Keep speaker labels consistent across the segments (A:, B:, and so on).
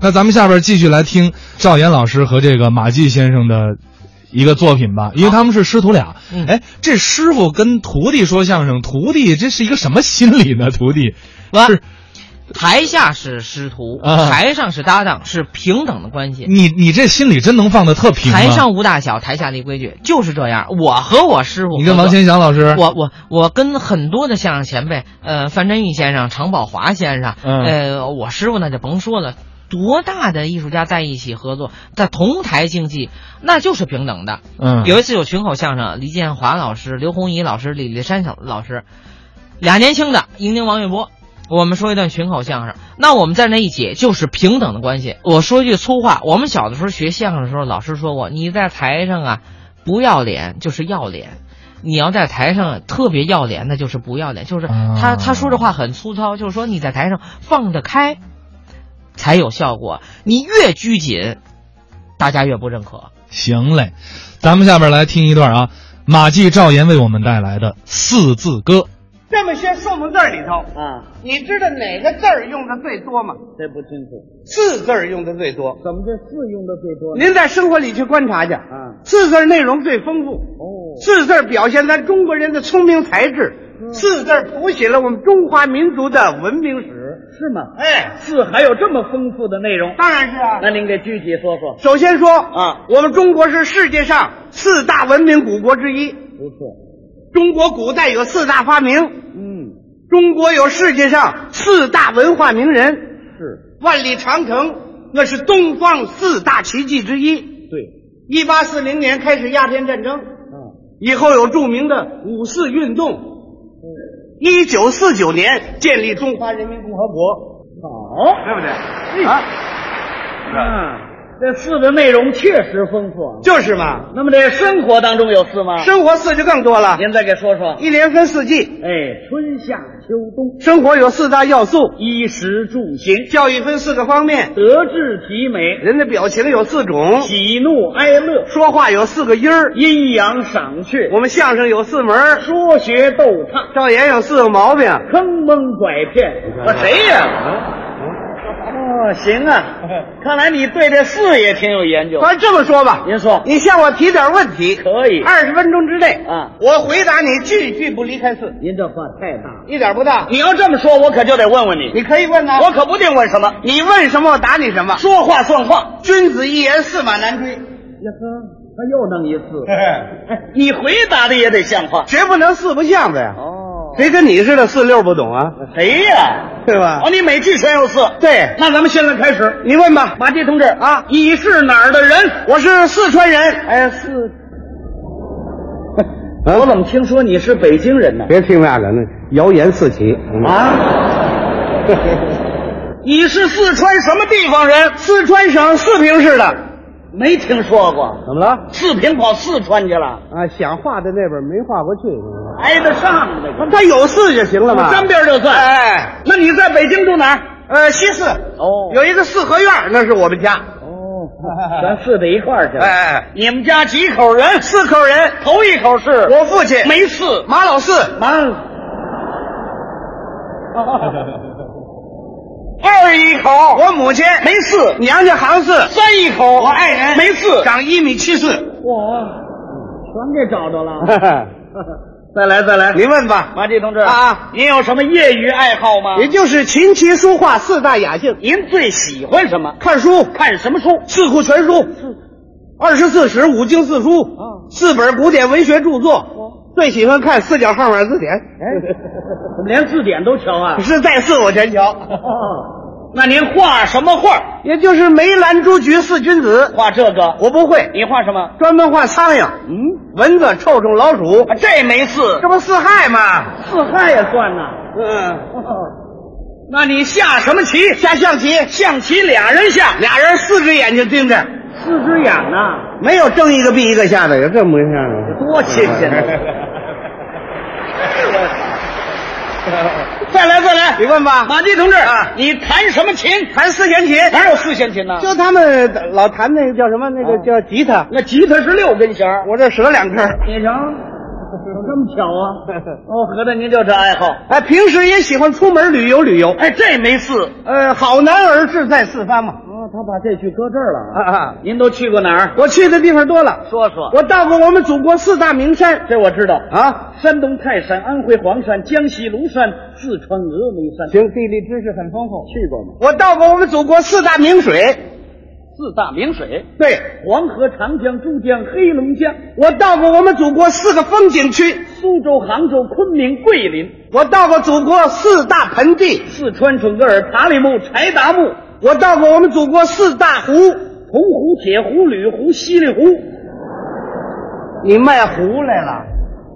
A: 那咱们下边继续来听赵岩老师和这个马季先生的一个作品吧，因为他们是师徒俩。
B: 嗯
A: 哎，这师傅跟徒弟说相声，徒弟这是一个什么心理呢？徒弟
B: 我
A: 是
B: 台下是师徒，
A: 啊
B: 台上是搭档，是平等的关系。
A: 你你这心理真能放的特平吗？
B: 台上无大小，台下立规矩，就是这样。我和我师傅，
A: 你跟王
B: 先
A: 千祥老师，
B: 我我我跟很多的相声前辈，呃，范振钰先生、常宝华先生，
A: 嗯
B: 呃，我师傅那就甭说了。多大的艺术家在一起合作，在同台竞技，那就是平等的。
A: 嗯，
B: 有一次有群口相声，黎建华老师、刘洪怡老师、李立山小老师，俩年轻的赢宁、王月波，我们说一段群口相声。那我们在那一起就是平等的关系。我说一句粗话，我们小的时候学相声的时候，老师说过，你在台上啊不要脸就是要脸。你要在台上特别要脸，那就是不要脸，就是他
A: 啊
B: 他说这话很粗糙，就是说你在台上放得开，才有效果。你越拘谨，大家越不认可。
A: 行嘞，咱们下边来听一段啊，马季、赵岩为我们带来的四字歌。
C: 这么些数目字儿里头，
D: 啊，
C: 你知道哪个字儿用的最多吗？
D: 这不清楚，
C: 四字儿用的最多。
D: 怎么这四用的最多呢？
C: 您在生活里去观察去，
D: 嗯
C: 四字儿内容最丰富，
D: 哦
C: 四字儿表现咱中国人的聪明才智，四字儿谱写了我们中华民族的文明史。
D: 是吗？
C: 哎，
D: 四还有这么丰富的内容？
C: 当然是啊。
D: 那您给具体说说。
C: 首先说
D: 啊
C: 我们中国是世界上四大文明古国之一。
D: 不错，
C: 中国古代有四大发明，
D: 嗯，
C: 中国有世界上四大文化名人。
D: 是
C: 万里长城那是东方四大奇迹之一。
D: 对，
C: 一八四零年开始鸦片战争，
D: 啊，
C: 以后有著名的五四运动。一九四九年建立中华人民共和国，
D: 好，哎
C: 对不对？啊，
D: 嗯，这四的内容确实丰富啊。
C: 就是嘛。
D: 那么这生活当中有四吗？，
C: 生活四就更多了，
D: 您再给说说。
C: 一年分四季，
D: 哎，春夏秋冬，
C: 生活有四大要素。
D: 衣食住行，
C: 教育分四个方面，
D: 德智体美，
C: 人的表情有四种，
D: 喜怒哀乐，
C: 说话有四个音儿。
D: 阴阳赏趣，
C: 我们相声有四门儿，
D: 说学逗唱。
C: 赵岩有四个毛病。
D: 坑蒙拐骗，我谁呀、哦，行 啊，看来你对这四也挺有研究。
C: 咱这么说吧，
D: 您说
C: 你向我提点问题，
D: 可以
C: 二十分钟之内
D: 啊
C: 我回答你句句不离开四，
D: 您这话太大了。
C: 一点不大。
D: 你要这么说，我可就得问问你，
C: 你可以问呐、啊
D: 我可不定问什么，
C: 你问什么我答你什么。
D: 说话算话。
C: 君子一言，驷马难追，
D: 呀呵，他又弄一四，哎你回答的也得像话。
C: 绝不能四不像的呀。
D: 哦，
C: 谁跟你似的四六不懂啊？
D: 谁呀、
C: 对吧
D: 哦，？你每句全有四。
C: 对，
D: 那咱们现在开始，
C: 你问吧。
D: 马季同志
C: 啊
D: 你是哪儿的人？
C: 我是四川人，
D: 哎，四。我怎么听说你是北京人呢？
C: 别听那个，那谣言四起。
D: 啊！你是四川什么地方人？
C: 四川省四平市的，
D: 没听说过。
C: 怎么了？
D: 四平跑四川去了，
C: 啊，想画的那边没画过去，
D: 挨得上那个。
C: 他有四就行了嘛。
D: 沾边就算。
C: 哎。
D: 那你在北京住哪儿？
C: 呃，西四
D: 哦
C: 有一个四合院儿，那是我们家。
D: 哦，咱四得一块儿去了。
C: 哎，
D: 你们家几口人？
C: 四口人，
D: 头一口是
C: 我父亲
D: 没四，
C: 马老四，
D: 满。二一口
C: 我母亲
D: 没四，
C: 娘家行四，
D: 三一口我
C: 爱人
D: 没四。
C: 长一米七四。
D: 哇，嗯全给找着了。再来再来，
C: 您问吧，
D: 马季同志
C: 啊，
D: 您有什么业余爱好吗？
C: 也就是琴棋书画四大雅兴，
D: 您最喜欢什么？
C: 看书
D: 看什么书？
C: 四库全书，二十四史、五经四书，
D: 哦
C: 四本古典文学著作。最喜欢看四角号码字
D: 哎
C: 典，
D: 怎么连字典都瞧 啊？哦
C: 是在四我全瞧，
D: 那您画什么画？
C: 也就是梅兰竹菊四君子，
D: 画这个？
C: 我不会，
D: 你画什么？
C: 专门画苍蝇、
D: 嗯，
C: 蚊子、臭虫、老鼠，
D: 啊这没四
C: 这，不四害吗？
D: 四害也算呐。
C: 嗯，
D: 那你下什么棋？
C: 下象棋，
D: 象棋俩人下，
C: 俩人四只眼睛盯着，
D: 四只眼呐，
C: 没有睁一个闭一个下的，有这么回事儿吗？
D: 多新 鲜呐！再来再来，
C: 你问吧，
D: 马季同志
C: 啊，
D: 你弹什么琴？
C: 弹四弦琴，
D: 哪有四弦琴呢？
C: 就他们老弹那个叫什么，那个
D: 哦
C: 叫吉他，
D: 那吉他是六根弦儿。
C: 我这折两根儿。
D: 你瞧，有这么巧啊？哦，合着您就这爱好？
C: 哎，平时也喜欢出门旅游旅游。
D: 哎，这没四。
C: 呃，好男儿志在四方嘛。
D: 哦他把这句搁这儿了。
C: 啊啊！
D: 您都去过哪儿？
C: 我去的地方多了，
D: 说说。
C: 我到过我们祖国四大名山
D: 这我知道，
C: 啊，
D: 山东泰山、安徽黄山、江西庐山、四川峨眉山，
C: 行，地理知识很丰富。
D: 去过吗？
C: 我到过我们祖国四大名水，
D: 四大名水：
C: 对
D: 黄河、长江、珠江、黑龙江、
C: 我到过我们祖国四个风景区，
D: 苏州、杭州、昆明、桂林、
C: 我到过祖国四大盆地，
D: 四川准格尔、塔里木、柴达木、
C: 我到过我们祖国四大湖。
D: 铜湖、铁湖、吕湖、西里湖。
C: 你卖湖来了？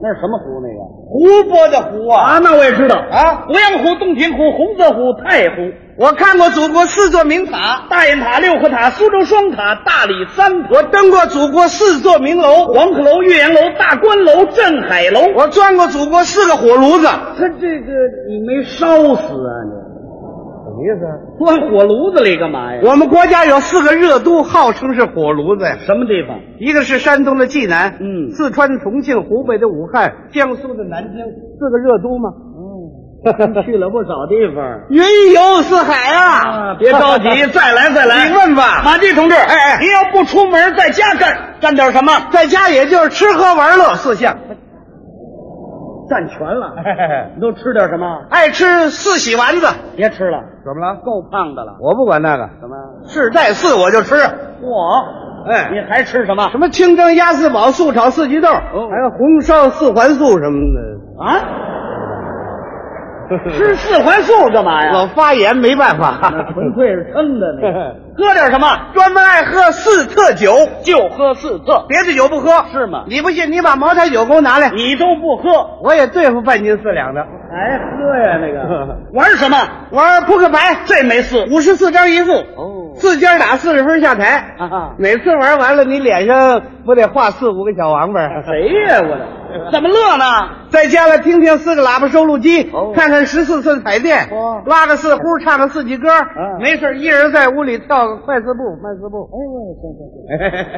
D: 那是什么湖？那个
C: 湖泊的湖啊！
D: 啊，那我也知道
C: 啊
D: 鄱阳湖、洞庭湖、洪泽湖、太湖、
C: 我看过祖国四座名塔，
D: 大雁塔、六合塔、苏州双塔、大理三塔、
C: 我登过祖国四座名楼，
D: 黄鹤楼、岳阳楼、大观楼、镇海楼。
C: 我钻过祖国四个火炉子。
D: 他这个你没烧死啊你？
C: 什么意思？
D: 关火炉子里干嘛呀？
C: 我们国家有四个热都，号称是火炉子呀。
D: 什么地 方？
C: 一个是山东的济南，
D: 嗯
C: 四川重庆，湖北的武汉，江苏的南京，四个热都吗？
D: 去了不少地方。
C: 云游四海啊！
D: 别着 急，再来再来。
C: 你问吧
D: 马季同志，哎
C: 哎
D: 您要不出门，在家干干点什么？
C: 在家也就是吃喝玩乐四项，
D: 占全了。你都吃点什么？
C: 爱吃四喜丸子。
D: 别吃了，
C: 怎么了？
D: 够胖的了。
C: 我不管那个，
D: 什么？
C: 世代四我就吃。
D: 嚯！你
C: 哎，
D: 还吃什么？
C: 什么清蒸鸭四宝、素炒四季豆，还 有红烧四环素什么的。
D: 哦啊？吃四环素干嘛
C: 我
D: 呀？
C: 发炎没办法，
D: 纯粹是撑的那个。喝点什么？
C: 专门爱喝四特酒，
D: 就喝四特。
C: 别的酒不喝。
D: 是吗
C: 你不信，你把茅台酒给我拿来，
D: 你都不喝，
C: 我也对付半斤四两的。
D: 还喝呀？那个 玩什么？
C: 玩扑克牌，
D: 这没四。
C: 五十四张一副，
D: 哦
C: 四尖打四十分下台。
D: 啊哈
C: 每次玩完了，你脸上不得画四五个小王八儿？
D: 谁呀？我 的，怎么乐呢？
C: 在家了，听听四个喇叭收录机，
D: 哦
C: 看看十四寸彩电，
D: 哇
C: 拉个四呼，唱个四季歌。
D: 嗯哦
C: 没事儿，一人在屋里跳个快四步、慢四步，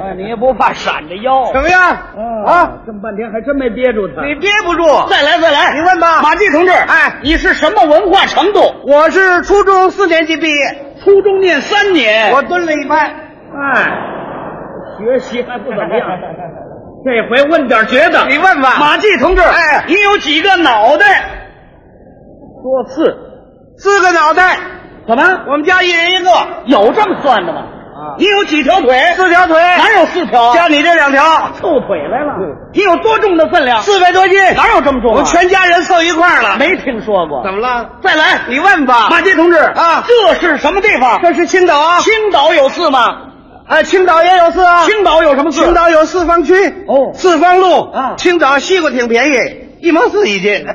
D: 啊，你也不怕闪着腰
C: 怎么样？
D: 嗯
C: 啊，
D: 这么半天还真没憋住他
C: 你憋不住。
D: 再来再来，
C: 你问吧
D: 马季同志，
C: 哎
D: 你是什么文化程度？
C: 我是初中四年级毕业，
D: 初中念三年，
C: 我蹲了一拍。
D: 哎，学习还不怎么样， 这回问点觉得。
C: 你问吧
D: 马季同志，
C: 哎
D: 你有几个脑袋？说四，
C: 四个脑袋，
D: 怎么？
C: 我们家一人一个，
D: 有这么算的吗？
C: 啊
D: 你有几条腿？
C: 四条腿，
D: 哪有四条？
C: 加你这两条，
D: 凑腿来了。
C: 嗯
D: 你有多重的分量？
C: 四百多斤，
D: 哪有这么重、啊？
C: 我全家人凑一块儿了。
D: 没听说过。
C: 怎么了？
D: 再来，
C: 你问吧。
D: 马季同志
C: 啊
D: 这是什么地方？
C: 这是青岛啊，
D: 青岛有四吗？
C: 啊，青岛也有四啊。
D: 青岛有什么四？
C: 青岛有四方区
D: 哦
C: 四方路
D: 啊
C: 青岛西瓜挺便宜，一毛四一斤。